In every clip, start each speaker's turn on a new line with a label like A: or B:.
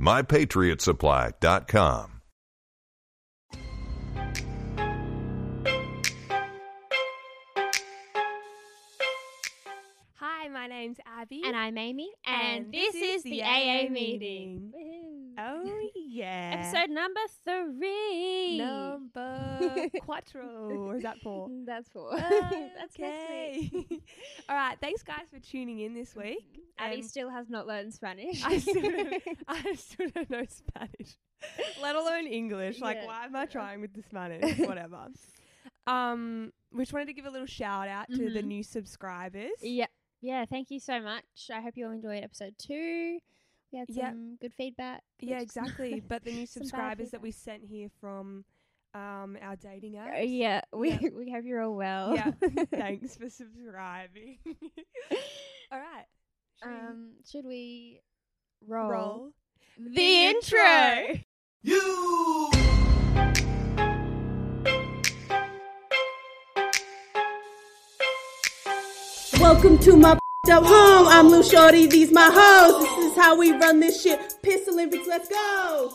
A: mypatriotsupply.com.
B: Hi, my name's Abby.
C: And I'm Amy.
B: And this is the AA meeting.
C: Woohoo.
B: Oh, yeah.
C: Episode number three.
B: number quattro. Or is that four?
C: That's four. That's
B: okay.
C: okay.
B: All right. Thanks, guys, for tuning in this week.
C: Abby
B: And
C: still has not learned Spanish.
B: I still, I still don't know Spanish, let alone English. Like,
C: Yeah.
B: why am I trying with the Spanish? Whatever. Um, we just wanted to give a little shout out to the
C: Mhm.
B: new subscribers.
C: yeah. Yeah. Thank you so much. I hope you all enjoyed episode two. We had some
B: Yeah.
C: good feedback.
B: Yeah,
C: which-
B: exactly. But the new
C: Some bad
B: subscribers that we sent here from um, our dating
C: Uh,
B: apps.
C: yeah. We
B: Yeah.
C: we hope you're all well.
B: Yeah. Thanks for subscribing. All right. Should we
C: um. Should we roll,
B: roll
C: the intro?
A: You!
D: Welcome to my up home. I'm Lou Shorty. These my hoes. This is how we run this shit. Piss Olympics. Let's go.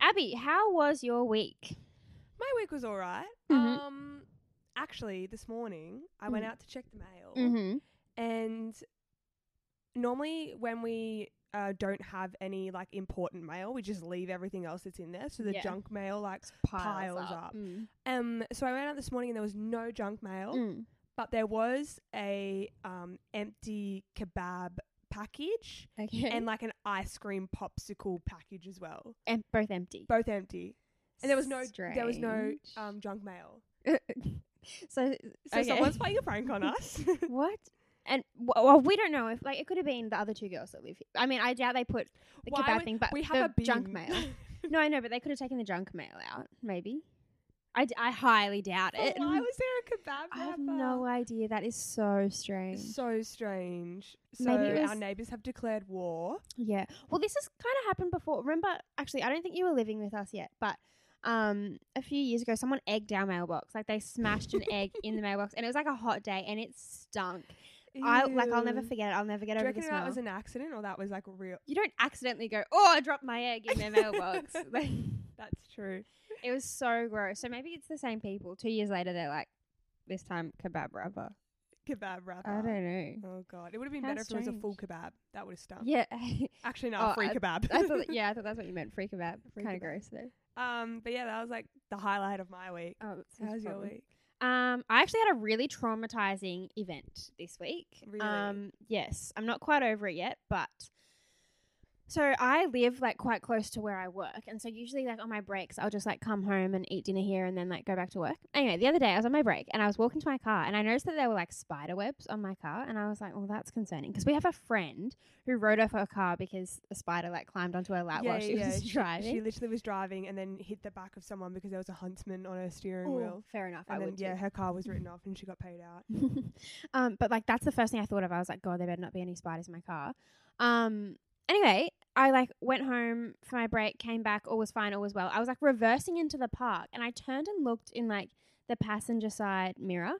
C: Abby, how was your week?
B: My week was all right.
C: Mhm.
B: Um, actually, this morning I went
C: Mm.
B: out to check the mail,
C: Mm-hmm.
B: and normally when we uh, don't have any like important mail, we just leave everything else that's in there. So the
C: Yeah.
B: junk mail like
C: Piles,
B: Piles
C: up.
B: up.
C: Mm.
B: um. So I went out this morning and there was no junk mail,
C: Mm.
B: but there was a um empty kebab package
C: Okay.
B: and like an ice cream popsicle package as well,
C: and both empty.
B: both empty. And there was no there was no
C: Strange.
B: um junk mail.
C: so,
B: So
C: okay.
B: someone's playing a prank on us.
C: what? And w- well, we don't know if like it could have been the other two girls that live here. I mean, I doubt they put the
B: Why
C: kebab
B: would-
C: thing, but
B: we have a
C: the junk
B: bin.
C: mail. no, I know, but they could have taken the junk mail out. Maybe. I, d- I highly doubt
B: But
C: it.
B: why was there a kebab
C: I have
B: wrapper?
C: no idea. That is so strange.
B: So strange. So
C: Maybe it
B: our
C: was-
B: neighbours have declared war.
C: Yeah. Well, this has kind of happened before. Remember, actually, I don't think you were living with us yet, but um, a few years ago, someone egged our mailbox. Like they smashed an egg in the mailbox, and it was like a hot day, and it stunk. I like I'll never
B: Ew.
C: forget it. I'll never get
B: Do you
C: over
B: reckon
C: this.
B: that
C: smell.
B: was an accident or that was like real?
C: you don't accidentally go, oh, I dropped my egg in their mailbox. Like,
B: That's true.
C: it was so gross. So maybe it's the same people. Two years later, they're like, this time kebab wrapper.
B: Kebab wrapper.
C: I don't know.
B: Oh god, it would have been
C: How
B: better if it was a full kebab. That would have stung.
C: Yeah,
B: Actually, no,
C: Oh,
B: a free kebab.
C: I thought. Yeah, I thought that's what you meant. Free kebab.
B: Free kebab.
C: Kind of gross though.
B: um, but yeah, that was like the highlight of my week.
C: Oh,
B: How's your week?
C: Um, I actually had a really traumatizing event this week.
B: Really?
C: Um, yes, I'm not quite over it yet, but so I live like quite close to where I work, and so usually like on my breaks, I'll just like come home and eat dinner here, and then like go back to work. Anyway, the other day I was on my break and I was walking to my car, and I noticed that there were like spider webs on my car, and I was like, "Well, that's concerning," because we have a friend who rode off her car because a spider like climbed onto her lap while she was
B: She,
C: driving.
B: she literally was driving and then hit the back of someone because there was a huntsman on her steering
C: Ooh,
B: wheel.
C: fair enough.
B: And
C: Oh, I
B: then
C: would too.
B: yeah, her car was written off and she got paid out.
C: um, but like that's the first thing I thought of. I was like, God, there better not be any spiders in my car. Um, anyway, I like went home for my break, came back, all was fine, all was well. I was like reversing into the park, and I turned and looked in like the passenger side mirror,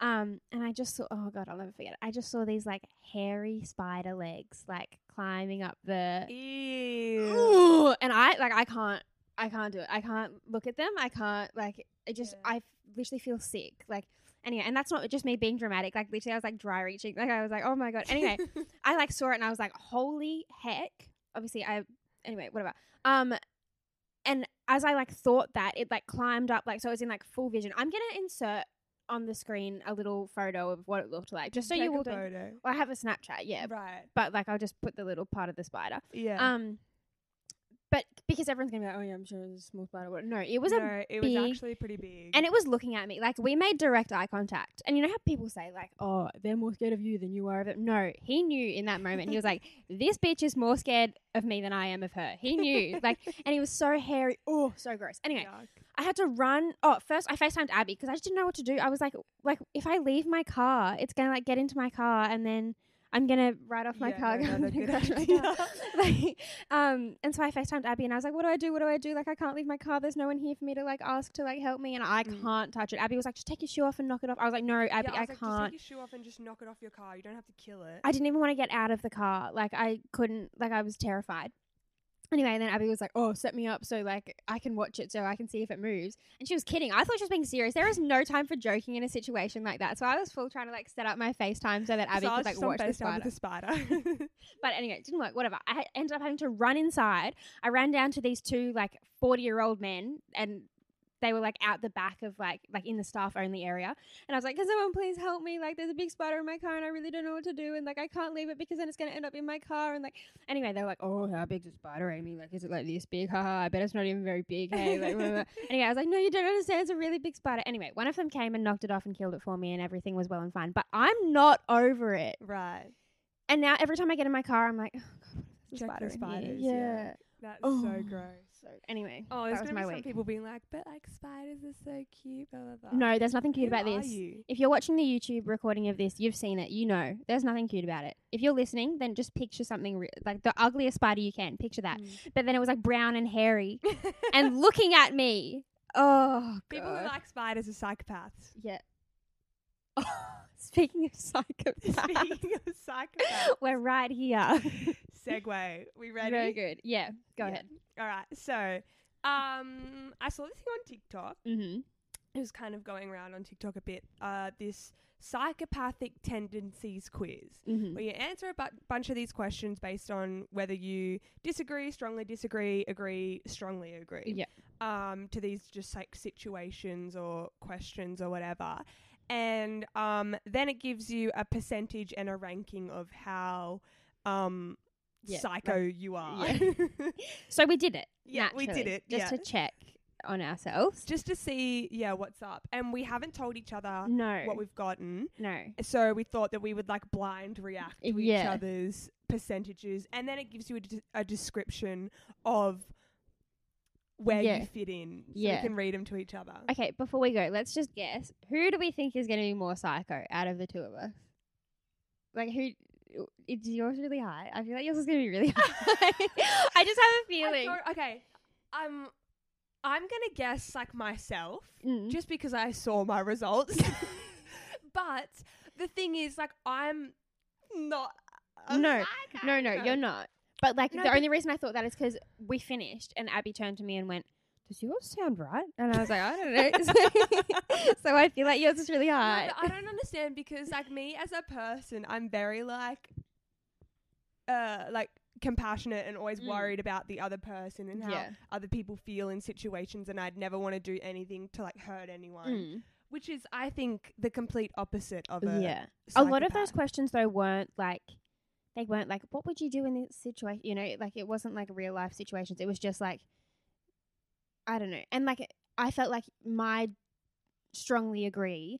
C: um, and I just saw. Oh God, I'll never forget. It. I just saw these like hairy spider legs like climbing up the.
B: Ew.
C: Ooh, and I like I can't I can't do it. I can't look at them. I can't like it just
B: Yeah.
C: I f- literally feel sick. Like anyway, and that's not just me being dramatic. Like literally I was like dry reaching. Like I was like, "Oh my god." Anyway, I like saw it and I was like, "Holy heck." Obviously I anyway, whatever. Um and as I like thought that, it like climbed up like so it was in like full vision. I'm gonna insert on the screen a little photo of what it looked like, just so
B: Take
C: you
B: a
C: will. Well,
B: photo.
C: I have a Snapchat, yeah,
B: Right.
C: but like I'll just put the little part of the spider.
B: Yeah.
C: Um, but because everyone's gonna be like, oh yeah, I'm sure it's a small spider. What? No, it was a
B: no, it was
C: big-
B: actually pretty big.
C: and it was looking at me like we made direct eye contact. And you know how people say like, "Oh, they're more scared of you than you are of them." No, he knew in that moment. He was like, "This bitch is more scared of me than I am of her." He knew like, and he was so hairy. Oh, so gross. Anyway,
B: Yuck.
C: I had to run. Oh, first I FaceTimed Abby because I just didn't know what to do. I was like, like if I leave my car, it's gonna like get into my car and then I'm gonna ride off my
B: Yeah,
C: car.
B: no,
C: I'm
B: not a
C: gonna
B: good
C: crash my
B: idea.
C: car. like, um, and so I FaceTimed Abby and I was like, what do I do? What do I do? Like I can't leave my car. There's no one here for me to like ask to like help me, and I
B: Mm.
C: can't touch it. Abby was like, just take your shoe off and knock it off. I was like, no,
B: Yeah,
C: Abby,
B: I,
C: I,
B: was like,
C: can't.
B: Just take your shoe off and just knock it off your car. You don't have to kill it.
C: I didn't even want to get out of the car. Like I couldn't. Like I was terrified. Anyway, and then Abby was like, "Oh, set me up so like I can watch it, so I can see if it moves." And she was kidding. I thought she was being serious. There is no time for joking in a situation like that. So I was full trying to like set up my FaceTime so that Abby
B: so I
C: could
B: was
C: like
B: just on
C: watch the
B: FaceTime
C: spider.
B: with the spider.
C: But anyway, it didn't work. Whatever. I ha- ended up having to run inside. I ran down to these two like forty-year-old men, and they were like out the back of like like in the staff only area. And I was like, "Can someone please help me? Like, there's a big spider in my car, and I really don't know what to do. And like, I can't leave it because then it's gonna end up in my car. And like, anyway, they were like, "Oh, how big's a spider, Amy? Like, is it like this big? Haha, I bet it's not even very big. Hey, like." blah, blah, blah." Anyway, I was like, no, you don't understand. It's a really big spider. Anyway, one of them came and knocked it off and killed it for me, and everything was well and fine. But I'm not over it.
B: right.
C: And now every time I get in my car, I'm like, oh, God, there's a
B: Check the
C: spider in here."
B: spiders, yeah. That's so
C: Oh.
B: gross.
C: So anyway,
B: Oh, there's
C: that was
B: gonna be
C: my
B: some
C: week.
B: people being like, but like spiders are so cute, blah blah blah.
C: no, there's nothing cute
B: Who
C: about
B: are
C: this.
B: you?
C: If you're watching the YouTube recording of this, you've seen it. You know, there's nothing cute about it. If you're listening, then just picture something re- like the ugliest spider you can. Picture
B: Mm.
C: that.
B: Hmm.
C: But then it was like brown and hairy and looking at me. Oh,
B: People
C: God.
B: who like spiders are psychopaths.
C: yeah. speaking of psychopaths,
B: Speaking of psychopaths,
C: we're right here.
B: segue. We ready?
C: Very good. Yeah, go
B: Yeah.
C: ahead.
B: All right. So, um, I saw this thing on TikTok.
C: Mm-hmm.
B: It was kind of going around on TikTok a bit. Uh, this psychopathic tendencies quiz.
C: Mm-hmm.
B: where you answer a bu- bunch of these questions based on whether you disagree, strongly disagree, agree, strongly agree.
C: Yeah.
B: Um, to these just like situations or questions or whatever. And um, then it gives you a percentage and a ranking of how um,
C: Yeah,
B: psycho you are.
C: yeah. So we did it.
B: Yeah, we did
C: naturally,
B: it,
C: Just
B: yeah.
C: to check on ourselves.
B: just to see, yeah, what's up. And we haven't told each other
C: no.
B: what we've gotten.
C: no.
B: so we thought that we would like blind react to each
C: Yeah.
B: other's percentages and then it gives you a, de- a description of where
C: Yeah.
B: you fit in so
C: Yeah.
B: we can read them to each other
C: Okay, before we go, let's just guess. Who do we think is going to be more psycho out of the two of us? Like, who. Is yours really high? I feel like yours is going to be really high. I just have a
B: I
C: feeling.
B: don't- okay um i'm gonna guess like myself
C: Mm.
B: just because i saw my results but the thing is like i'm not a
C: No,
B: psycho.
C: No, no, you're not. But like
B: No,
C: the
B: but-
C: only reason I thought that is because we finished and Abby turned to me and went, "Does yours sound right?" And I was like, "I don't know." So, so I feel like yours is really
B: No,
C: hard.
B: but I don't understand because like me as a person, I'm very like uh like compassionate and always
C: Mm.
B: worried about the other person and how
C: yeah.
B: other people feel in situations and I'd never want to do anything to like hurt anyone.
C: Mm.
B: Which is I think the complete opposite of a
C: Yeah. A lot of those
B: psychopath.
C: questions though weren't like they weren't like, "What would you do in this situation?" You know, like it wasn't like real life situations. It was just like I don't know. And like I felt like my strongly agree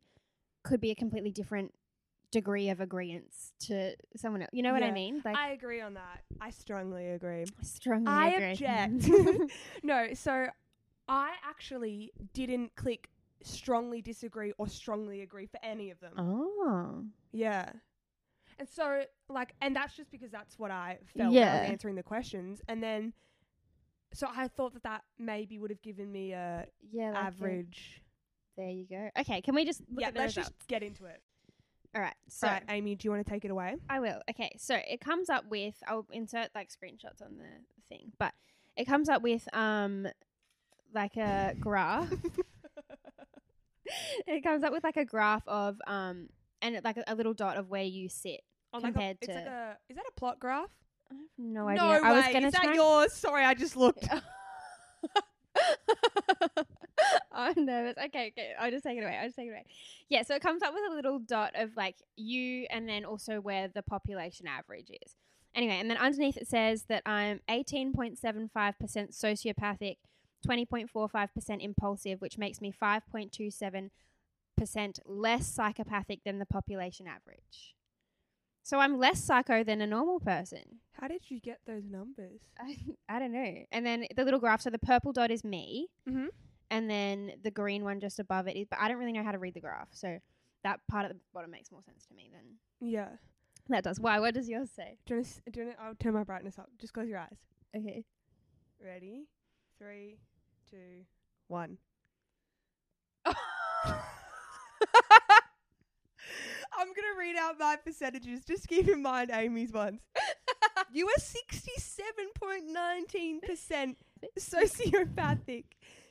C: could be a completely different degree of agreeance to someone else. You know what I
B: Yeah.
C: mean? Like
B: I agree on that. I strongly agree.
C: strongly
B: I
C: agree.
B: object. no, so I actually didn't click strongly disagree or strongly agree for any of them.
C: oh.
B: Yeah. And so, like, and that's just because that's what I felt when I
C: Yeah.
B: was answering the questions. And then, so I thought that that maybe would have given me a
C: Yeah. like a-
B: average.
C: there you go. Okay, can we just look
B: yeah,
C: at the
B: let's
C: results?
B: just get into it.
C: All right. So
B: Right, Amy, do you want to take it away?
C: I will. Okay, so it comes up with I'll insert like screenshots on the thing, but it comes up with um like a graph. it comes up with like a graph of um and it, like a, a little dot of where you sit.
B: Oh my God,
C: Compared
B: it's like
C: to-
B: a, is that a plot graph?
C: I have no
B: no
C: idea. I was
B: way.
C: gonna
B: is that
C: try.
B: yours? Sorry, I just looked.
C: now I'm nervous. Okay, okay. I'll just take it away. I'll just take it away. Yeah, so it comes up with a little dot of like you and then also where the population average is. Anyway, and then underneath it says that I'm 18.75% sociopathic, 20.45% impulsive, which makes me 5.27% less psychopathic than the population average. So I'm less psycho than a normal person.
B: How did you get those numbers?
C: I, I don't know. And then the little graph. So the purple dot is me,
B: Mhm.
C: and then the green one just above it is. But I don't really know how to read the graph, so that part at the bottom makes more sense to me than
B: Yeah.
C: that does. Why? What does yours say?
B: Do you wanna s- do you wanna- I'll turn my brightness up. Just close your eyes.
C: Okay.
B: Ready? Three, two, one. I'm gonna read out my percentages. Just keep in mind Amy's ones. you are sixty-seven point nineteen percent sociopathic,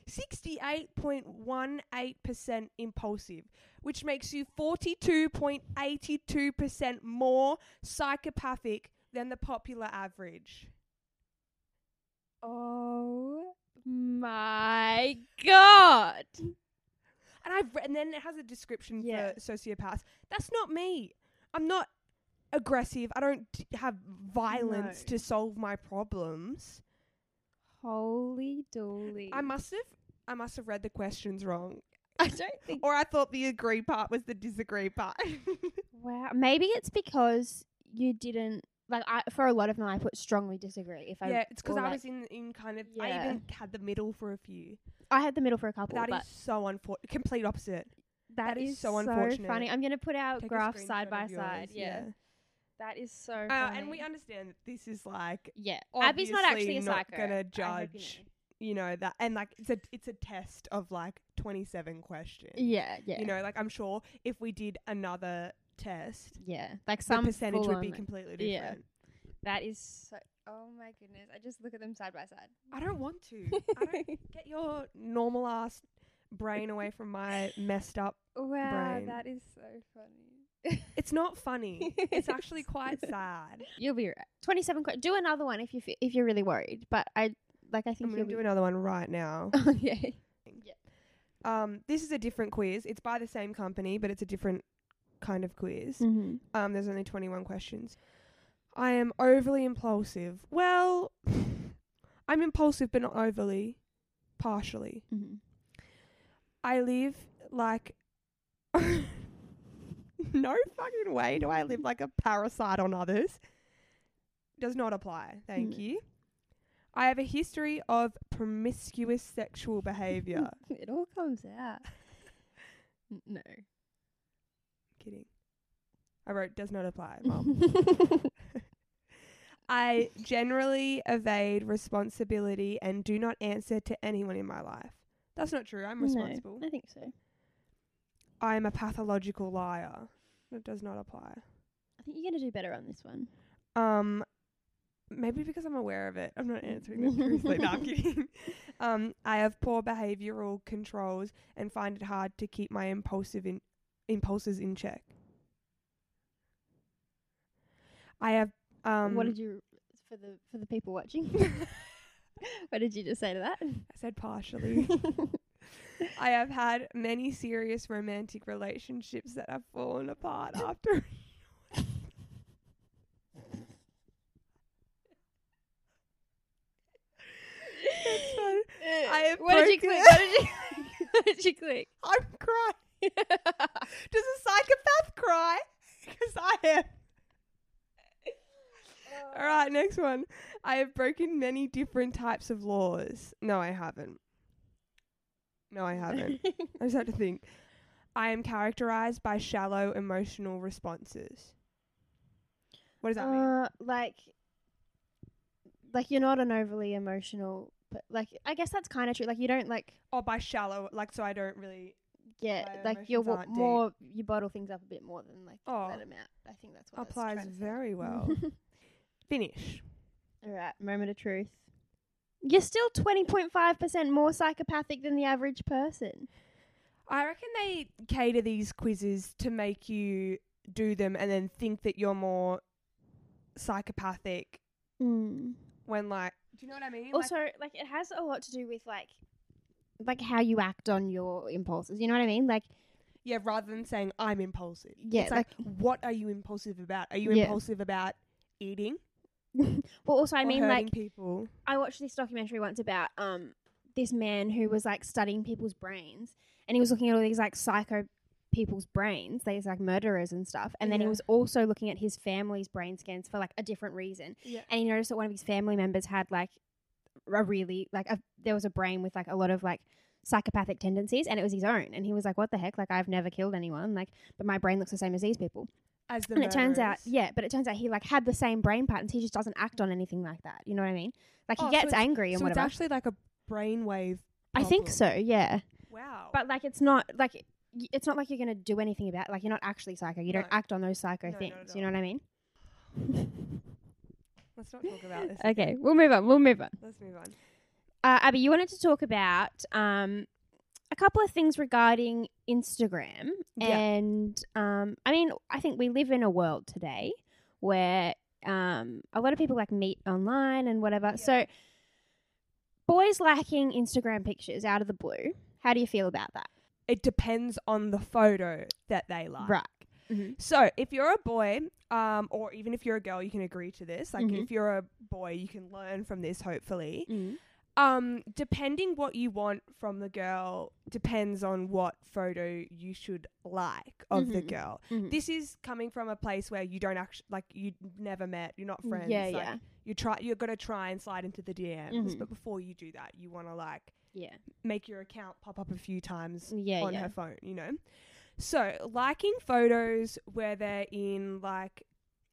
B: sixty-eight point one eight percent impulsive, which makes you forty-two point eighty-two percent more psychopathic than the popular average.
C: oh my god!
B: And I've read, and then it has a description
C: Yeah.
B: for sociopaths. That's not me. I'm not aggressive. I don't d- have violence
C: No.
B: to solve my problems.
C: Holy dooly!
B: I must have, I must have read the questions wrong,
C: I don't think.
B: or I thought the agree part was the disagree part.
C: Wow. Maybe it's because you didn't like. I for a lot of them, I put strongly disagree. If I
B: yeah, it's because
C: or,
B: I
C: like-
B: was in in kind of. I
C: Yeah.
B: even had the middle for a few.
C: I had the middle for a couple,
B: That is
C: but
B: so unfortunate. Complete opposite.
C: that
B: is
C: is,
B: so
C: so,
B: unfortunate.
C: funny. I'm gonna put our
B: Take a
C: graphs
B: screenshot
C: side by
B: of yours,
C: side. Yeah. that is so. Funny.
B: Uh, and we understand that this is like
C: yeah, Abby's not
B: obviously
C: actually a
B: not
C: psycho.
B: gonna
C: I hope you
B: judge.
C: know.
B: you know that and like it's a it's a test of like 27 questions
C: Yeah, yeah,
B: you know like i'm sure if we did another test
C: yeah. Like some
B: the percentage would be
C: full-on-
B: completely
C: yeah.
B: different
C: That is so. Oh my goodness! I just look at them side by side.
B: i don't want to I don't get your normal ass brain away from my messed up
C: wow,
B: brain.
C: that is so funny.
B: it's not funny it's actually quite sad
C: You'll be right. Twenty-seven. que- do another one if you fe- if you're really worried. But I like I
B: i'm
C: think
B: gonna
C: you'll
B: do
C: be.
B: another one right now
C: okay.
B: um this is a different quiz it's by the same company but it's a different kind of quiz
C: Mm-hmm.
B: Um, there's only 21 questions. I am overly impulsive. Well, I'm impulsive, but not overly. Partially.
C: Mm-hmm.
B: I live like. no fucking way do I live like a parasite on others. Does not apply. Thank
C: Mm.
B: you. I have a history of promiscuous sexual behavior.
C: it all comes out. N- no.
B: Kidding. I wrote does not apply, mum. I generally evade responsibility and do not answer to anyone in my life. That's not true. I'm responsible.
C: No, I think so.
B: I am a pathological liar. That does not apply.
C: I think you're gonna do better on this one.
B: Um, maybe because I'm aware of it, I'm not answering that truthfully. no, I'm kidding. Um, I have poor behavioral controls and find it hard to keep my impulsive in- impulses in check. I have. Um,
C: what did you for the for the people watching? what did you just say to that?
B: I said partially. I have had many serious romantic relationships that have fallen apart after. That's fine. I have
C: Uh, what did you
B: broken-
C: click? What did you, what did you click?
B: I'm crying. Does a psychopath cry? 'Cause I am. All right, next one. I have broken many different types of laws. No, I haven't. No, I haven't. I just have to think. I am characterized by shallow emotional responses. What does that mean?
C: uh, like, like you're not an overly emotional, but like I guess that's kind of true. Like you don't like
B: Oh, by shallow, like so I don't really.
C: get
B: My
C: like you're
B: emotions
C: wa-
B: aren't deep.
C: more you bottle things up a bit more than like
B: Oh.
C: let 'em out. I think that's what that's
B: applies
C: trying to say.
B: very well. Finish.
C: All right, moment of truth. You're still twenty point five percent more psychopathic than the average person.
B: I reckon they cater these quizzes to make you do them and then think that you're more psychopathic
C: Mm.
B: when, like, do you know what I mean?
C: Also, like it has a lot to do with like like how you act on your impulses. You know what I mean? Like
B: Yeah, rather than saying I'm impulsive.
C: Yeah,
B: It's like, what are you impulsive about? Are you
C: Yeah.
B: impulsive about eating?
C: Well, also, I
B: or
C: mean,
B: hurting
C: like,
B: people.
C: I watched this documentary once about um this man who was like studying people's brains, and he was looking at all these like psycho people's brains, these like murderers and stuff, and then he
B: Yeah.
C: was also looking at his family's brain scans for like a different reason,
B: Yeah.
C: and he noticed that one of his family members had like a really like a, there was a brain with like a lot of like psychopathic tendencies and it was his own and he was like what the heck like i've never killed anyone like but my brain looks the same as these people
B: As the
C: and it turns out
B: murderers.
C: yeah but it turns out he like had the same brain patterns he just doesn't act on anything like that you know what i mean like he
B: Oh, so
C: gets
B: it's-
C: angry and
B: So it's
C: whatever
B: actually like a brainwave.
C: i think
B: problem.
C: so yeah
B: Wow.
C: but like it's not like y- it's not like you're gonna do anything about like you're not actually psycho you don't
B: No.
C: act on those psycho
B: No, not
C: things
B: at
C: you know
B: all.
C: what i mean
B: let's not talk about this.
C: okay we'll move on we'll move on
B: Let's move on.
C: uh, Abby, you wanted to talk about um, a couple of things regarding Instagram,
B: Yeah.
C: and um, I mean, I think we live in a world today where um, a lot of people like meet online and whatever. So, boys liking Instagram pictures out of the blue. How do you feel about that?
B: It depends on the photo that they like.
C: Right. Mhm.
B: So if you're a boy, um, or even if you're a girl, you can agree to this. Like
C: Mhm.
B: if you're a boy, you can learn from this. Hopefully.
C: Mm-hmm.
B: um depending what you want from the girl depends on what photo you should like of the
C: Mhm.
B: girl
C: Mhm.
B: this is coming from a place where you don't actually like you never met you're not friends
C: Mm, Yeah,
B: like,
C: yeah,
B: you try you're going to try and slide into the dms
C: Mhm.
B: but before you do that you want to like
C: yeah,
B: make your account pop up a few times
C: yeah,
B: on
C: yeah.
B: her phone, you know. So liking photos where they're in like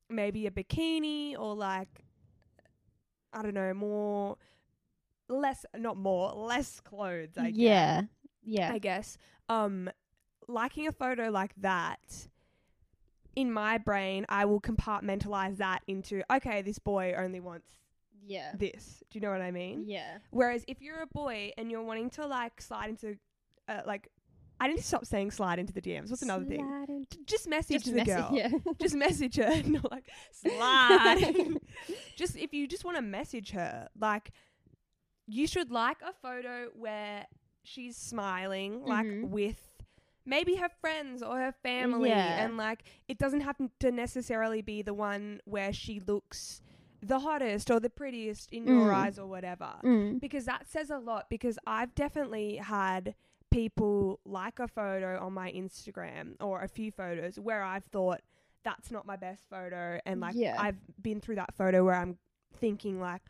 B: maybe a bikini or like I don't know, more less not more, less clothes, I guess.
C: yeah, yeah.
B: I guess. Um liking a photo like that in my brain, I will compartmentalize that into okay, this boy only wants
C: yeah,
B: this. Do you know what I mean?
C: yeah.
B: Whereas if you're a boy and you're wanting to like slide into, uh, like, I need to stop saying slide into the DMs. What's another thing?
C: Slide into-
B: J- Just message
C: Just
B: the
C: messy,
B: girl.
C: yeah.
B: Just message her, not like slide. just if you just want to message her, like, you should like a photo where she's smiling, like
C: Mhm.
B: with. Maybe her friends or her family,
C: Yeah.
B: and like it doesn't have to necessarily be the one where she looks the hottest or the prettiest in your
C: Mm.
B: eyes or whatever
C: Mm.
B: because that says a lot because I've definitely had people like a photo on my Instagram or a few photos where I've thought that's not my best photo and like
C: Yeah.
B: I've been through that photo where I'm thinking like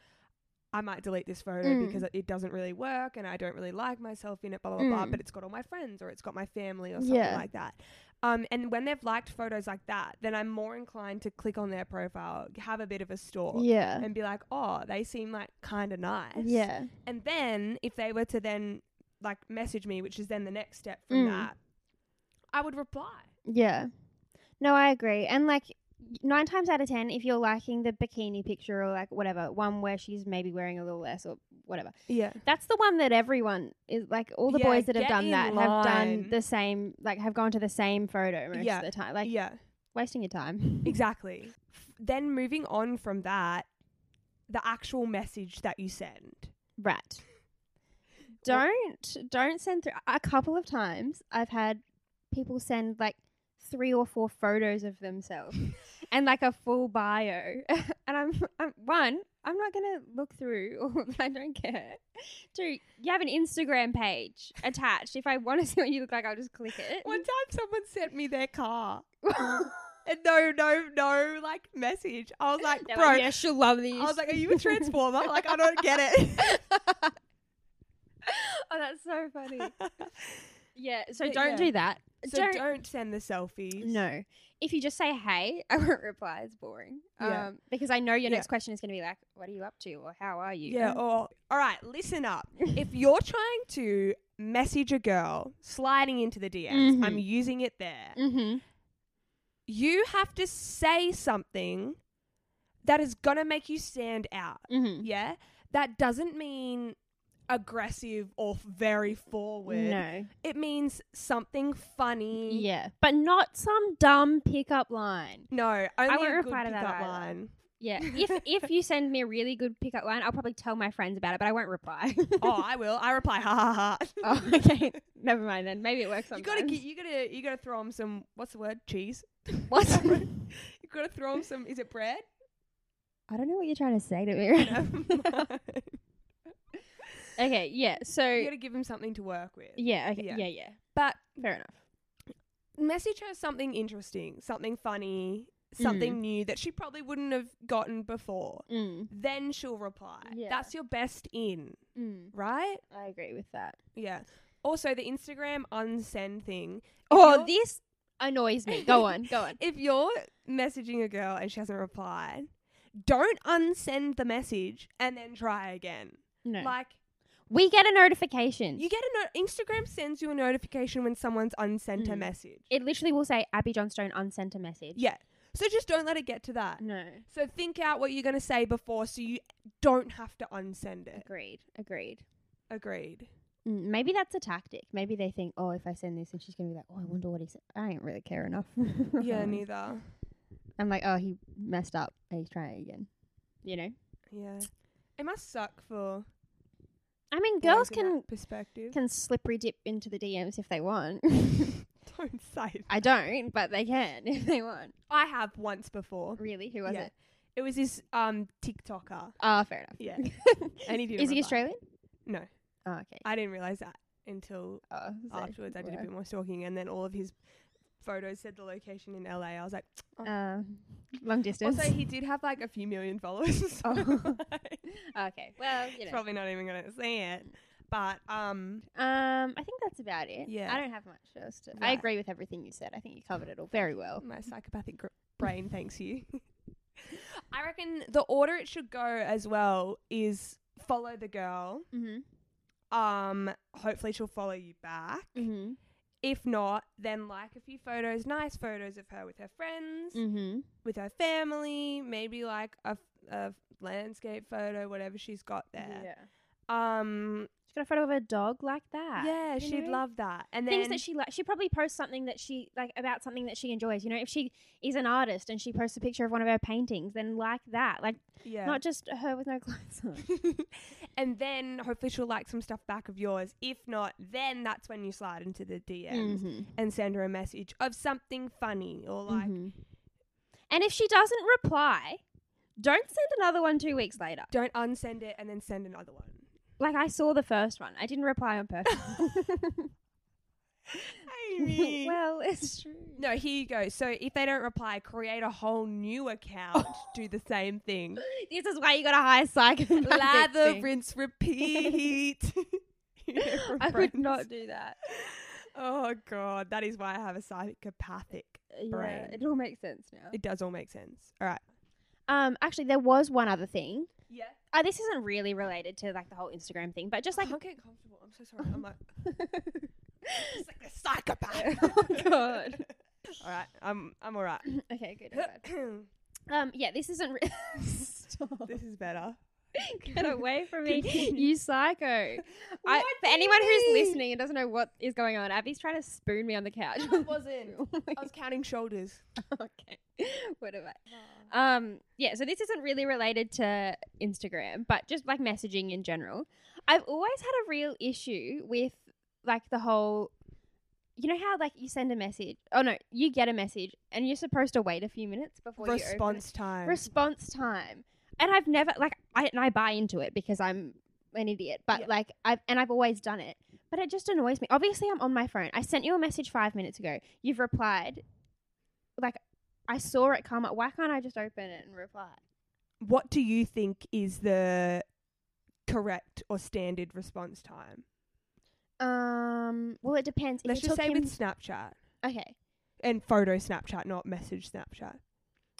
B: I might delete this photo
C: Mm.
B: because it doesn't really work and I don't really like myself in it blah blah blah
C: Mm.
B: but it's got all my friends or it's got my family or something
C: Yeah.
B: like that um, and when they've liked photos like that then I'm more inclined to click on their profile have a bit of a stalk
C: Yeah,
B: and be like oh they seem like kind of nice
C: yeah.
B: and then if they were to then like message me, which is then the next step from
C: Mm.
B: that, I would reply.
C: Yeah. No, I agree. And like nine times out of ten, if you're liking the bikini picture or like whatever, one where she's maybe wearing a little less or whatever,
B: Yeah.
C: that's the one that everyone is like. All the
B: Yeah,
C: boys that have
B: get
C: done
B: in
C: that have done
B: line.
C: the same, like have gone to the same photo most
B: Yeah,
C: of the time. Like
B: yeah.
C: wasting your time.
B: Exactly. F- then moving on from that, the actual message that you send.
C: Right. Don't don't send through. A couple of times I've had people send like three or four photos of themselves and like a full bio, and I'm, I'm one. I'm not gonna look through. Or I don't care. Two, you have an Instagram page attached. If I want to see what you look like, I'll just click it.
B: One time someone sent me their car. and no, no, no, like message. I was like,
C: They're
B: bro.
C: like, yeah, she'll love these.
B: I was like, are you a transformer? like, I don't get it.
C: oh, that's so funny. Yeah. So
B: But
C: don't
B: yeah.
C: do that.
B: so don't, send the selfies.
C: No. If you just say hey, I won't reply. It's boring.
B: Yeah.
C: Um, because I know your
B: Yeah.
C: next question is going to be like, what are you up to? Or how are you?
B: Yeah. Or all right, listen up. if you're trying to message a girl, sliding into the DMs, I'm using it there.
C: mm-hmm.
B: You have to say something that is gonna make you stand out.
C: Mm-hmm.
B: Yeah. That doesn't mean aggressive or very forward.
C: No.
B: It means something funny.
C: Yeah. But not some dumb pickup line.
B: No, only
C: won't
B: a good
C: reply to that
B: pickup
C: either.
B: line.
C: Yeah. If if you send me a really good pickup line, I'll probably tell my friends about it, but I won't reply.
B: oh, I will. I reply, ha ha ha.
C: Oh, okay. Never mind then. Maybe it works
B: You
C: sometimes.
B: gotta, gi- you gotta, you gotta throw them some. What's the word? Cheese.
C: What?
B: You gotta throw them some. Is it bread?
C: I don't know what you're trying to say to me right now. okay, yeah.
B: you
C: So
B: gotta give them something to work with.
C: yeah, okay,
B: Yeah.
C: yeah, yeah,
B: But
C: Fair enough.
B: message her something interesting, something funny, something new that she probably wouldn't have gotten before.
C: Mm.
B: Then she'll reply.
C: Yeah.
B: That's your best in,
C: Mm.
B: right?
C: I agree with that.
B: Yeah. Also, the Instagram unsend thing.
C: Oh,
B: you're-
C: this annoys me. Go on, go on.
B: If you're messaging a girl and she hasn't replied, don't unsend the message and then try again.
C: No.
B: Like
C: we get a notification.
B: you get a no- Instagram sends you a notification when someone's unsent a
C: Mm.
B: message.
C: it literally will say Abby Johnstone unsent a message.
B: Yeah. So just don't let it get to that.
C: No.
B: So think out what you're going to say before so you don't have to unsend it.
C: Agreed. Agreed.
B: Agreed.
C: Mm, Maybe that's a tactic. Maybe they think, oh, if I send this, and she's gonna be like, oh, I wonder what he said. I ain't really care enough.
B: Yeah, neither.
C: I'm like, oh, he messed up. And he's trying again. You know.
B: Yeah. It must suck for
C: I mean,
B: boys
C: girls
B: in that
C: can
B: perspective.
C: can slippery dip into the DMs if they want.
B: don't say.
C: I don't, but they can if they want.
B: I have once before.
C: Really? Who was
B: Yeah.
C: it?
B: It was this um TikToker.
C: Oh, fair enough.
B: Yeah.
C: and
B: And he didn't
C: Is he
B: reply.
C: Australian?
B: No,
C: Oh, okay.
B: I didn't realize that until
C: Oh, so-
B: afterwards. I did a
C: yeah.
B: bit more stalking, and then all of his photos said the location in LA. I was like,
C: Um, long distance.
B: also he did have like a few million followers. so,
C: Oh.
B: like,
C: okay. Well, you
B: it's
C: know.
B: probably not even gonna see it. But um,
C: Um, I think that's about it.
B: Yeah.
C: I don't have much else to. I
B: Right.
C: agree with everything you said. I think you covered it all very well.
B: my psychopathic gr- brain thanks you. I reckon the order it should go as well is follow the girl.
C: Mm-hmm.
B: Um, hopefully she'll follow you back.
C: Mm-hmm.
B: If not, then like a few photos, nice photos of her with her friends,
C: Mm-hmm.
B: with her family, maybe like a, f- a landscape photo, whatever she's got there. Um,
C: She got a photo of her dog like that.
B: yeah,
C: you
B: she'd
C: know?
B: love that. And
C: Things
B: then
C: that she like, she probably posts something that she like about something that she enjoys. You know, if she is an artist and she posts a picture of one of her paintings, then like that, like
B: yeah.
C: not just her with no clothes on.
B: and then hopefully she'll like some stuff back of yours. If not, then that's when you slide into the DMs
C: Mhm.
B: and send her a message of something funny or like
C: Mhm. And if she doesn't reply, don't send another one two weeks later.
B: don't unsend it and then send another one.
C: Like I saw the first one, I didn't reply on purpose.
B: Amy.
C: well, it's true.
B: No, here you go. So if they don't reply, create a whole new account. do the same thing.
C: This is why you got a high psychopathic
B: Lather,
C: thing.
B: rinse, repeat. You know, from
C: I would
B: Friends.
C: not do that.
B: Oh god, that is why I have a psychopathic.
C: Yeah,
B: Brain.
C: it all makes sense now.
B: It does all make sense. All right.
C: Um, actually, there was one other thing.
B: Yeah.
C: Uh, this isn't really related to like the whole Instagram thing, but just like
B: I'm getting comfortable. I'm so sorry. I'm like, it's like a psychopath.
C: Oh, God.
B: all right. I'm I'm all right.
C: okay, good. I'm glad. Um, yeah, this isn't. Re- Stop.
B: this is better.
C: Get away from me, you psycho! I,
B: What
C: for
B: do you
C: anyone who's
B: mean?
C: listening and doesn't know what is going on, Abby's trying to spoon me on the couch. Oh
B: It wasn't. I was counting shoulders.
C: okay, whatever. Um, yeah, so this isn't really related to Instagram, but just like messaging in general. I've always had a real issue with like the whole you know how like you send a message. Oh no, you get a message and you're supposed to wait a few minutes before you open
B: Response
C: it.
B: time.
C: response time. And I've never like I and I buy into it because I'm an idiot, but
B: Yeah.
C: like I've and I've always done it. But it just annoys me. Obviously, I'm on my phone. I sent you a message five minutes ago. You've replied. Like, I saw it come up. Why can't I just open it and reply?
B: what do you think is the correct or standard response time?
C: Um. Well, it depends. If
B: Let's
C: it
B: just
C: took
B: say
C: him-
B: with Snapchat
C: okay.
B: and photo Snapchat, not message Snapchat.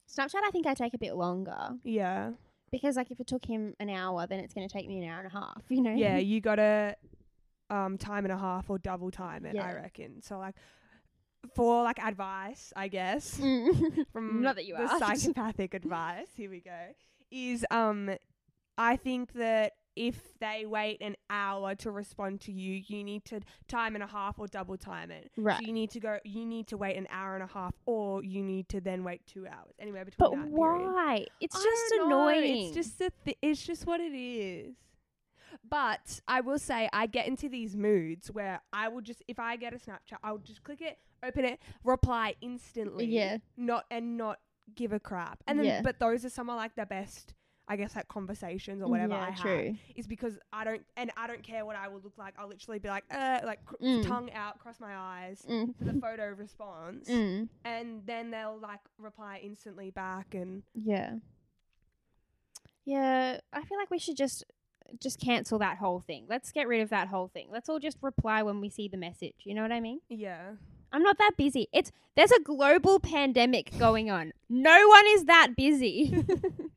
C: Snapchat, I think I take a bit longer
B: Yeah.
C: because, like, if it took him an hour, then it's going to take me an hour and a half. You know.
B: Yeah, you gotta um time and a half or double time it, I
C: Yeah.
B: reckon. So like for like advice, I guess.
C: Mm.
B: From
C: Not that you
B: the
C: asked.
B: psychopathic advice, here we go. Is um I think that if they wait an hour to respond to you, you need to time and a half or double time it.
C: Right.
B: So you need to go. You need to wait an hour and a half, or you need to then wait two hours anywhere between.
C: But
B: that Period.
C: why? It's
B: I
C: just
B: don't know,
C: annoying.
B: It's just a th- it's just what it is. But I will say I get into these moods where I will just if I get a Snapchat, I'll just click it, open it, reply instantly.
E: Yeah.
B: Not and not give a crap. And then
E: Yeah.
B: but those are some of like the best I guess like conversations
C: Mm,
B: or whatever I
E: yeah,
B: have
E: true.
B: is because I don't and I don't care what I will look like. I'll literally be like uh like cr-
E: Mm.
B: tongue out, cross my eyes
E: Mm.
B: for the photo response
E: Mm.
B: and then they'll like reply instantly back and
E: Yeah.
C: yeah, I feel like we should just just cancel that whole thing. Let's get rid of that whole thing. Let's all just reply when we see the message. You know what I mean?
B: yeah.
C: I'm not that busy. It's there's a global pandemic going on. No one is that busy.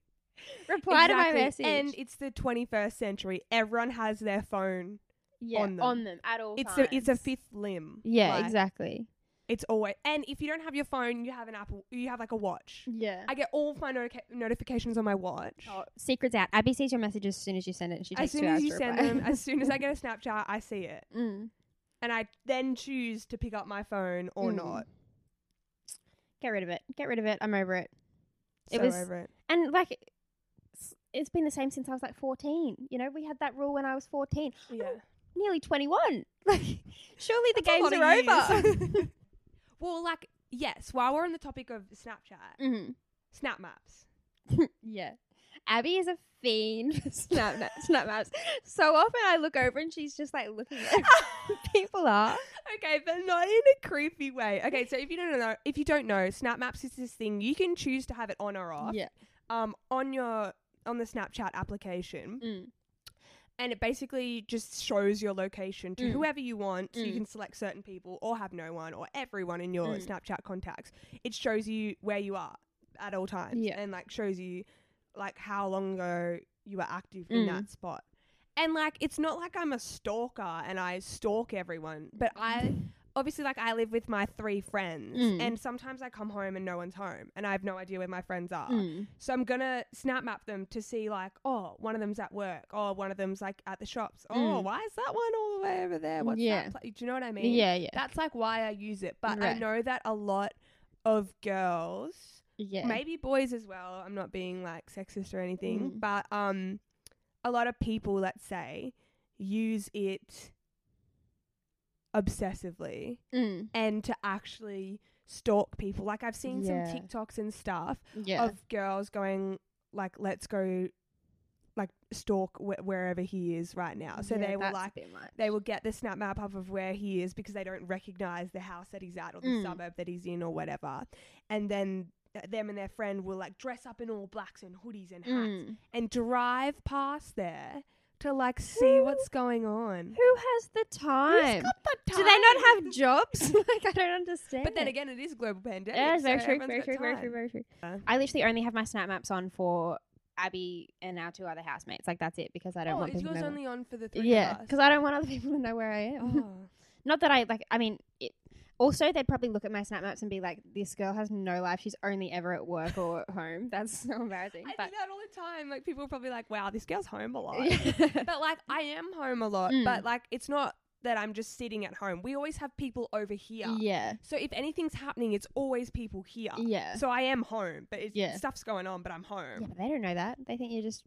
C: reply to my
B: Exactly.
C: message.
B: And it's the 21st century. Everyone has their phone.
C: yeah,
B: on them.
C: at all
B: It's
C: times.
B: a it's a fifth limb.
E: Yeah,
B: Like,
E: exactly.
B: It's always and if you don't have your phone, you have an Apple. You have like a watch.
E: Yeah.
B: I get all of my notica- notifications on my watch.
C: Oh, secrets out. Abby sees your message as soon as you send it. And she takes
B: as soon
C: two hours
B: as you
C: to
B: send
C: reply.
B: them, as soon as I get a Snapchat, I see it,
E: Mm.
B: and I then choose to pick up my phone or
E: Mm.
B: not.
C: get rid of it. Get rid of it. I'm over it. It
B: so
C: was-
B: over it.
C: And like, it's, it's been the same since I was like 14. You know, we had that rule when I was 14,
B: Yeah,
C: nearly 21. Like, surely the
B: That's
C: games
B: a
C: are
B: lot of
C: over.
B: years. well, like yes. While we're on the topic of Snapchat,
C: mm-hmm.
B: Snap Maps.
C: Yeah. Abby is a fiend for snap, na- snap maps. So often I look over and she's just like looking at where people are.
B: Okay, but not in a creepy way. Okay, so if you don't know, if you don't know, Snap Maps is this thing you can choose to have it on or off.
E: Yeah.
B: Um, on your on the Snapchat application,
C: Mm.
B: and it basically just shows your location to
C: Mm.
B: whoever you want. So you
C: Mm.
B: can select certain people, or have no one, or everyone in your
C: Mm.
B: Snapchat contacts. It shows you where you are at all times,
E: Yeah.
B: and like shows you like how long ago you were active
C: Mm.
B: in that spot. And like, it's not like I'm a stalker and I stalk everyone, but I obviously like I live with my three friends,
E: Mm.
B: and sometimes I come home and no one's home, and I have no idea where my friends
C: Oh,
B: are.
E: Mm.
B: So I'm gonna snap map them to see like, oh, one of them's at work, oh, one of them's like at the shops, oh,
E: Mm.
B: why is that one all the way over there? What's
E: Yeah.
B: that? Pla-? Do you know what I mean?
E: Yeah, yeah.
B: That's like why I use it, but I
E: Right.
B: know that a lot of girls
E: yeah.
B: maybe boys as well. I'm not being like sexist or anything,
E: Mm.
B: but um, a lot of people, let's say, use it obsessively
E: Mm.
B: and to actually stalk people. Like I've seen
E: Yeah.
B: some TikToks and stuff
E: Yeah.
B: of girls going like, "Let's go." Like stalk wh- wherever he is right
C: Oh,
B: now. So
E: Yeah,
B: they were
E: that's a
B: like,
E: bit much.
B: they will get the snap map up of where he is because they don't recognize the house that he's at or the
E: Mm.
B: suburb that he's in or whatever. And then uh, them and their friend will like dress up in all blacks and hoodies and hats
E: Mm.
B: and drive past there to like see
C: Who-
B: what's going on.
C: Who has the time?
B: the
C: Do they not have jobs? like, I don't understand.
B: But then again, it is a global pandemic.
C: yeah, it's very
B: so
C: true,
B: everyone's
C: very
B: got
C: true, very true,
B: time.
C: very true.
B: Yeah.
C: I literally only have my snap maps on for Abby and our two other housemates. Like, that's it because I don't
B: Oh,
C: want
B: is
C: people
B: yours
C: to know.
B: only on for the three
E: Yeah,
B: of us?
C: Because I don't want other people to know where I am.
B: Oh.
C: Not that I like. I mean, it, also they'd probably look at my snap maps and be like, "This girl has no life. She's only ever at work or at home." That's so embarrassing.
B: I
C: but
B: do that all the time. Like people are probably like, "Wow, this girl's home a lot."
C: Yeah.
B: but like I am home a lot,
E: Mm.
B: but like it's not that I'm just sitting at home. We always have people over here.
E: Yeah.
B: So if anything's happening, it's always people here.
E: Yeah.
B: So I am home, but it's,
E: Yeah.
B: stuff's going on, but I'm home.
C: yeah, but they don't know that. They think you're just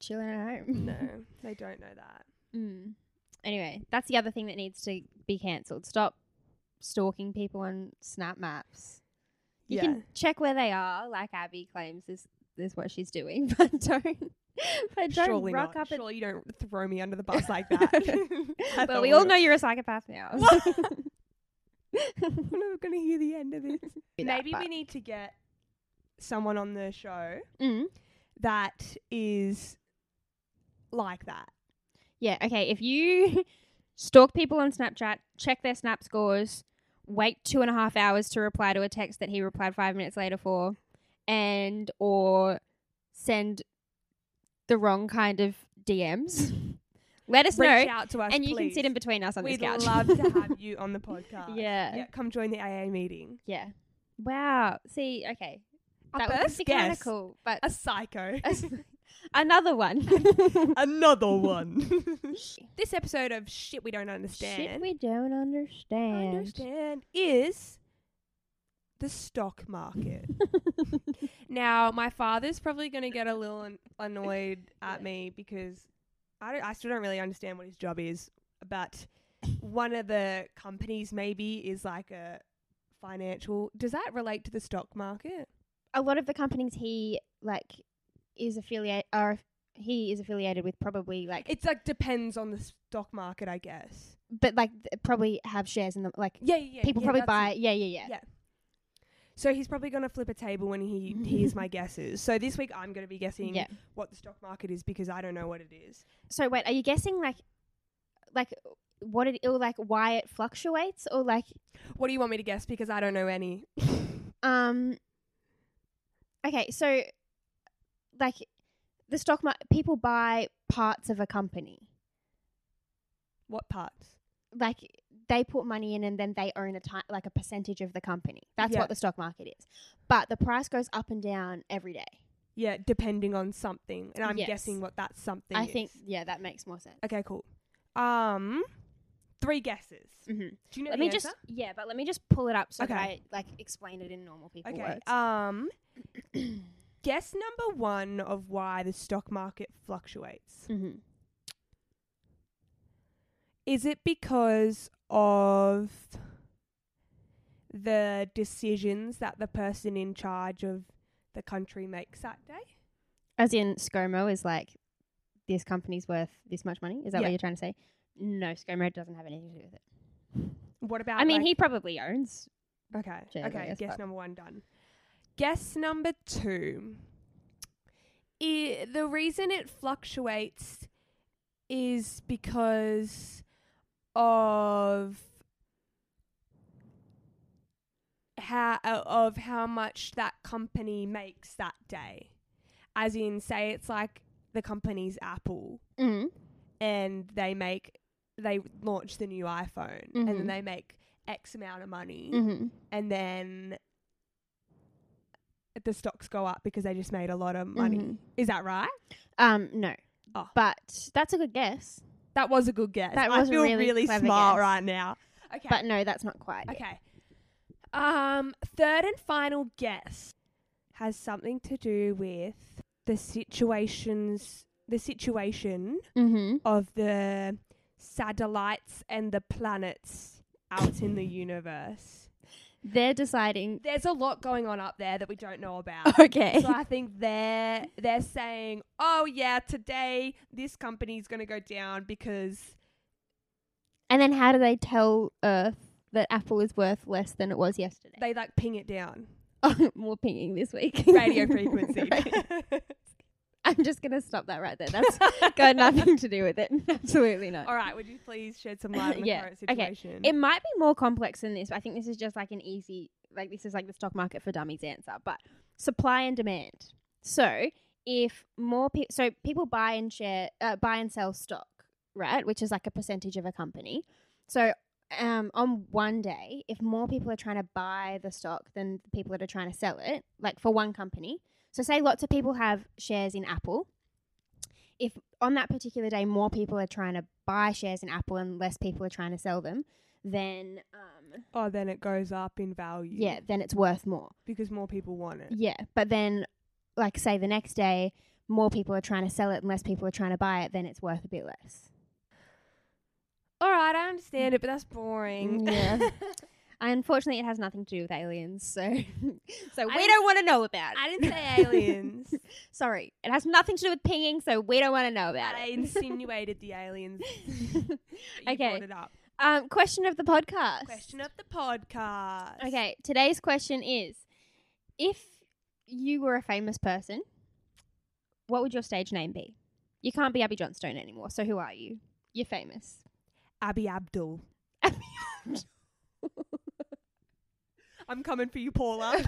C: chilling at home.
B: No, they don't know that.
E: Mm.
C: Anyway, that's the other thing that needs to be cancelled. Stop stalking people on snap maps. You
B: yeah.
C: can check where they are, like Abby claims is is what she's doing, but don't. But don't
B: Surely
C: rock
B: not.
C: up and.
B: Surely you don't throw me under the bus like that. I
C: Well,
B: thought
C: we all
B: were-
C: know you're a psychopath now.
B: I'm never going to hear the end of this.
C: Do that,
B: Maybe
C: but-
B: we need to get someone on the show
C: Mm.
B: that is like that.
C: Yeah, okay. If you stalk people on Snapchat, check their snap scores, wait two and a half hours to reply to a text that he replied five minutes later for, and or send the wrong kind of DMs, let us
B: Reach
C: know.
B: out to us,
C: And you can
B: please.
C: sit in between us on
B: We'd
C: this couch.
B: love to have you on the podcast.
C: Yeah.
B: Yeah, come join the AA meeting.
C: Yeah. Wow. See, okay.
B: Our
C: that would
B: first
C: be kind of
B: guest,
C: cool. But
B: a psycho.
C: a, s- Another one.
B: Another one. this episode of Shit We Don't Understand.
C: Shit, we don't understand.
B: understand is the stock market. now, my father's probably going to get a little an- annoyed at me because I, don't, I still don't really understand what his job is. But one of the companies maybe is like a financial. Does that relate to the stock market?
C: a lot of the companies he like is affiliate are he is affiliated with probably like
B: It's like depends on the stock market, I guess.
C: but like th- probably have shares in them like
B: Yeah, yeah. yeah,
C: people
B: yeah,
C: probably
B: that's
C: buy
B: it.
C: yeah yeah
B: Yeah.
C: yeah
B: So he's probably going to flip a table when he hears my guesses. So this week I'm going to be guessing
C: yeah
B: what the stock market is because I don't know what it is.
C: so wait are you guessing like like what it or like why it fluctuates or like
B: What do you want me to guess? Because I don't know any.
C: um okay so like the stock market people buy parts of a company
B: What parts?
C: like they put money in and then they own a ti like a percentage of the company. That's
B: Yeah.
C: what the stock market is. But the price goes up and down every day.
B: Yeah, depending on something. And I'm
C: Yes.
B: guessing what that something
C: I
B: is.
C: think yeah, that makes more sense.
B: Okay, cool. Um, three guesses.
C: hmm
B: Do you know
C: Let
B: the
C: me
B: answer?
C: just yeah, but let me just pull it up so that
B: Okay.
C: I like explain it in normal people
B: Okay.
C: words.
B: Um, guess number one of why the stock market fluctuates.
C: hmm
B: Is it because of the decisions that the person in charge of the country makes that day?
C: As in ScoMo is like this company's worth this much money. Is that
B: Yeah.
C: what you're trying to say? No, ScoMo doesn't have anything to do with it.
B: What about?
C: I mean,
B: Uh, like-
C: he probably owns.
B: Okay.
C: Jane, I
B: okay.
C: guess,
B: Guess
C: but-
B: number one done. Guess number two. I, the reason it fluctuates is because of how uh, of how much that company makes that day. As in, say it's like the company's Apple
C: Mm.
B: and they make they launch the new iPhone and then
C: Mhm.
B: they make X amount of money
C: Mm-hmm.
B: and then the stocks go up because they just made a lot of money.
C: Mhm.
B: Is that right?
C: Um, no.
B: Oh.
C: But that's a good guess.
B: That was a good guess.
C: That
B: I
C: was a
B: feel really,
C: really clever
B: smart
C: guess.
B: right now. Okay.
C: But no, that's not quite. it.
B: okay. Um, third and final guess has something to do with the situations, the situation
C: Mm-hmm.
B: of the satellites and the planets out in the universe.
C: They're deciding.
B: There's a lot going on up there that we don't know about.
C: Okay.
B: So I think they're they're saying, "Oh yeah, today this company's going to go down because
C: And then how do they tell Earth that Apple is worth less than it was yesterday?
B: they like ping it down
C: Oh, more pinging this week.
B: radio frequency."
C: Right. I'm just going to stop that right there. That's got nothing to do with it. Absolutely not.
B: All right, would you please shed some light on the
C: Yeah,
B: current
C: okay.
B: situation?
C: It might be more complex than this, but I think this is just like an easy, like this is like the stock market for dummies answer. But supply and demand. So if more people, so people buy and share, uh, buy and sell stock, right? Which is like a percentage of a company. So um, on one day, if more people are trying to buy the stock than the people that are trying to sell it, like for one company. So say lots of people have shares in Apple. If on that particular day more people are trying to buy shares in Apple and less people are trying to sell them, then um,
B: oh, then it goes up in value.
C: yeah, then it's worth more.
B: because more people want it.
C: Yeah, but then, like say the next day, more people are trying to sell it and less people are trying to buy it, then it's worth a bit less.
B: All right, I understand it, but that's boring.
C: Mm, Yeah. And unfortunately, it has nothing to do with aliens, so so we
B: didn't-
C: don't want to know about. it.
B: I didn't say aliens.
C: Sorry, it has nothing to do with pinging, so we don't want to know about
B: I
C: it.
B: insinuated the aliens. but you
C: Okay.
B: brought it up.
C: um, question of the podcast.
B: Question of the podcast.
C: Okay, today's question is: If you were a famous person, what would your stage name be? You can't be Abby Johnstone anymore, so who are you? You're famous.
B: Abby Abdul. I'm coming for you, Paula.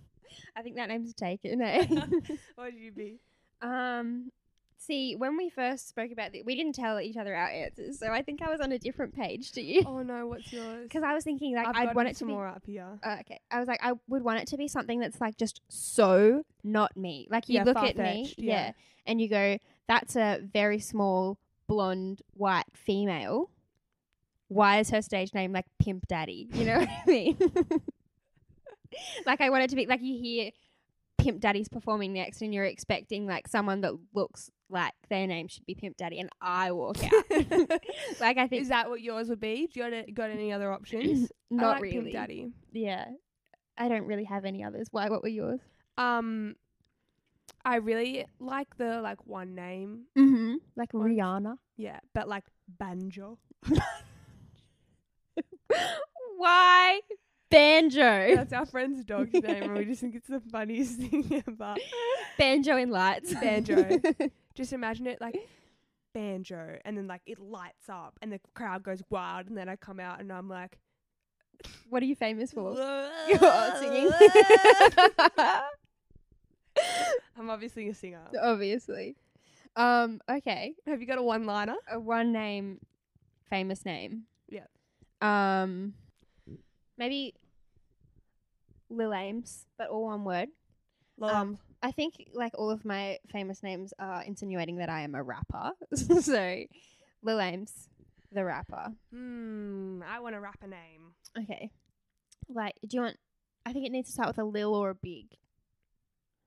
C: I think that name's taken. Eh?
B: what would you be?
C: um, See, when we first spoke about this, we didn't tell each other our answers, so I think I was on a different page to you.
B: Oh no, what's yours?
C: Because I was thinking like
B: I've
C: i would
B: got
C: want it
B: some
C: to be.
B: more up here.
C: Uh, okay, I was like, I would want it to be something that's like just so not me. Like you
B: Yeah,
C: look at me,
B: far-fetched, yeah.
C: and you go, "That's a very small blonde white female." Why is her stage name like Pimp Daddy? You know what I mean? like I want it to be like you hear Pimp Daddy's performing next, and you're expecting like someone that looks like their name should be Pimp Daddy, and I walk out. like I think
B: Is that what yours would be? Do you got, got any other options? I
C: not
B: like
C: really.
B: Pimp Daddy.
C: Yeah. I don't really have any others. Why? What were yours?
B: Um, I really like the like one name.
C: Mm-hmm. Like
B: Or-
C: Rihanna.
B: Yeah, but like banjo.
C: Why? Banjo.
B: That's our friend's dog's name, and we just think it's the funniest thing ever.
C: Banjo in lights.
B: Banjo. Just imagine it like banjo, and then like it lights up, and the crowd goes wild, and then I come out and I'm like,
C: what are you famous for?
B: you're
C: You're singing.
B: I'm obviously a singer.
C: Obviously. Um, okay.
B: Have you got a one liner?
C: A one name famous name.
B: Yeah.
C: Um maybe Lil Ames, but all one word. Um, I think like all of my famous names are insinuating that I am a rapper. so, Lil Ames, the rapper.
B: Hmm, I want to rap a name.
C: Okay. Like, do you want? I think it needs to start with a Lil or a Big,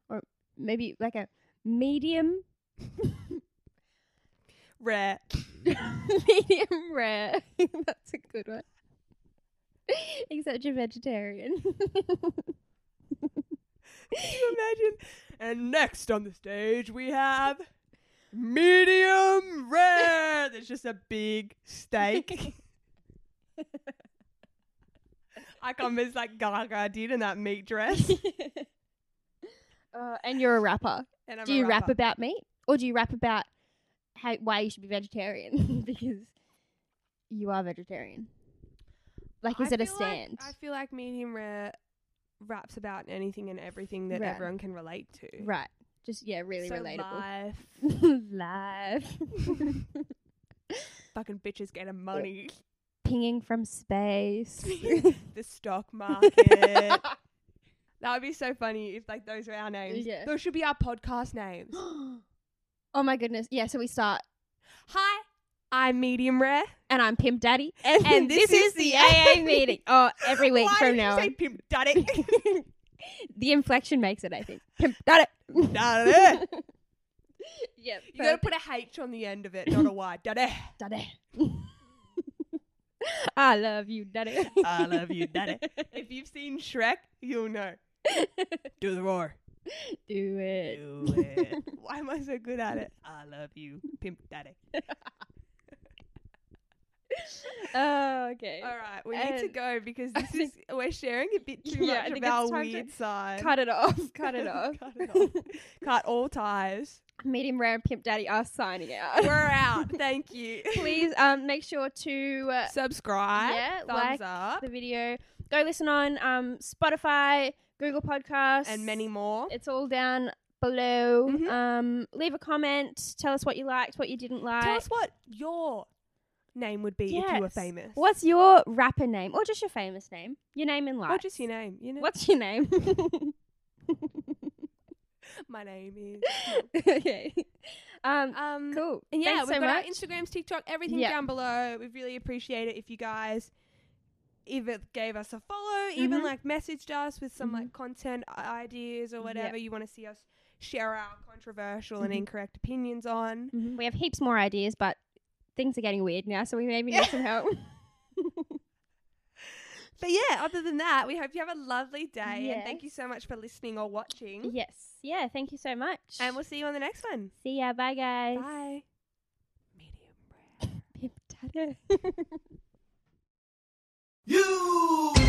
C: or maybe like a medium,
B: Rare.
C: medium rare. That's a good one. Except you're vegetarian.
B: Can you imagine? And next on the stage we have medium rare. There's just a big steak. I can't miss like Gaga did in that meat dress.
C: uh, and you're a rapper.
B: And I'm
C: do
B: a
C: you rap
B: rapper.
C: about meat or do you rap about how why you should be vegetarian because you are vegetarian like is
B: I
C: it a
B: feel like-
C: stand
B: I feel like medium rare raps about anything and everything that
C: Right.
B: everyone can relate to.
C: right just yeah really
B: so
C: relatable
B: life,
C: live
B: fucking bitches getting money,
C: pinging from space
B: the stock market. That would be so funny if like those were our names.
C: Yeah.
B: Those should be our podcast names.
C: oh my goodness yeah so we start
B: Hi, I'm medium rare,
C: and i'm pimp daddy
B: and,
C: and this, is, the aa meeting oh every week
B: Why did
C: from
B: you
C: now
B: say
C: on.
B: pimp daddy?
C: the inflection makes it i think pimp daddy
B: Daddy.
C: yep
B: You gotta put a H on the end of it, not a Y. Daddy.
C: Daddy. I love you, Daddy.
B: I love you, Daddy. If you've seen Shrek, you'll know. Do the roar.
C: Do it.
B: Why am I so good at it? I love you, pimp daddy.
C: oh, okay.
B: All right, we need to
C: And
B: go because
C: I
B: this is we're sharing a bit too
C: Yeah, I
B: much of
C: think it's
B: our
C: time to
B: weird side.
C: Cut it off. Cut it off.
B: Cut it off. Cut all ties.
C: Medium rare and Pimp Daddy are signing out.
B: We're out. Thank you.
C: Please um, make sure to uh,
B: Subscribe.
C: Yeah,
B: thumbs
C: like
B: up,
C: the video. Go listen on um, Spotify, Google Podcasts,
B: and many more.
C: It's all down below.
B: Mhm.
C: Um, leave a comment. Tell us what you liked, what you didn't like.
B: Tell us what your name would be if you were
C: Yes.
B: famous.
C: What's your rapper name, or just your famous name? Your name in life.
B: Or just your name. You know,
C: What's your name?
B: my name is.
C: okay. Um,
B: Um,
C: cool.
B: And yeah,
C: Thanks
B: we've
C: so
B: got
C: much.
B: our Instagrams, TikTok, everything
C: Yeah.
B: down below. We really appreciate it if you guys either gave us a follow, even
C: Mhm.
B: like messaged us with some
C: Mhm.
B: like content i- ideas or
C: Yeah.
B: whatever you want to see us share our controversial and
C: Mhm.
B: incorrect opinions on.
C: We have heaps more ideas, but things are getting weird now, so we maybe need some help.
B: But yeah, other than that, we hope you have a lovely day and
C: Yeah.
B: thank you so much for listening or watching.
C: yes. Yeah. Thank you so much.
B: And we'll see you on the next one.
C: see ya. Bye, guys.
B: Bye. Medium rare.
C: Pimp Daddy.
A: You!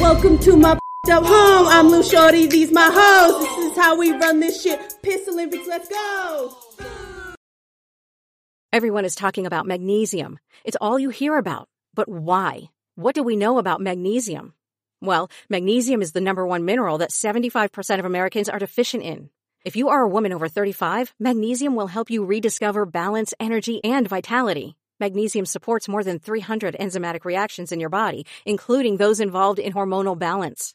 D: Welcome to my up home. I'm Lou Shorty. These my hoes. This is how we run this shit. Piss Olympics. Let's go.
E: Everyone is talking about magnesium. It's all you hear about. But why? What do we know about magnesium? Well, magnesium is the number one mineral that 75% of Americans are deficient in. If you are a woman over 35, magnesium will help you rediscover balance, energy, and vitality. Magnesium supports more than 300 enzymatic reactions in your body, including those involved in hormonal balance.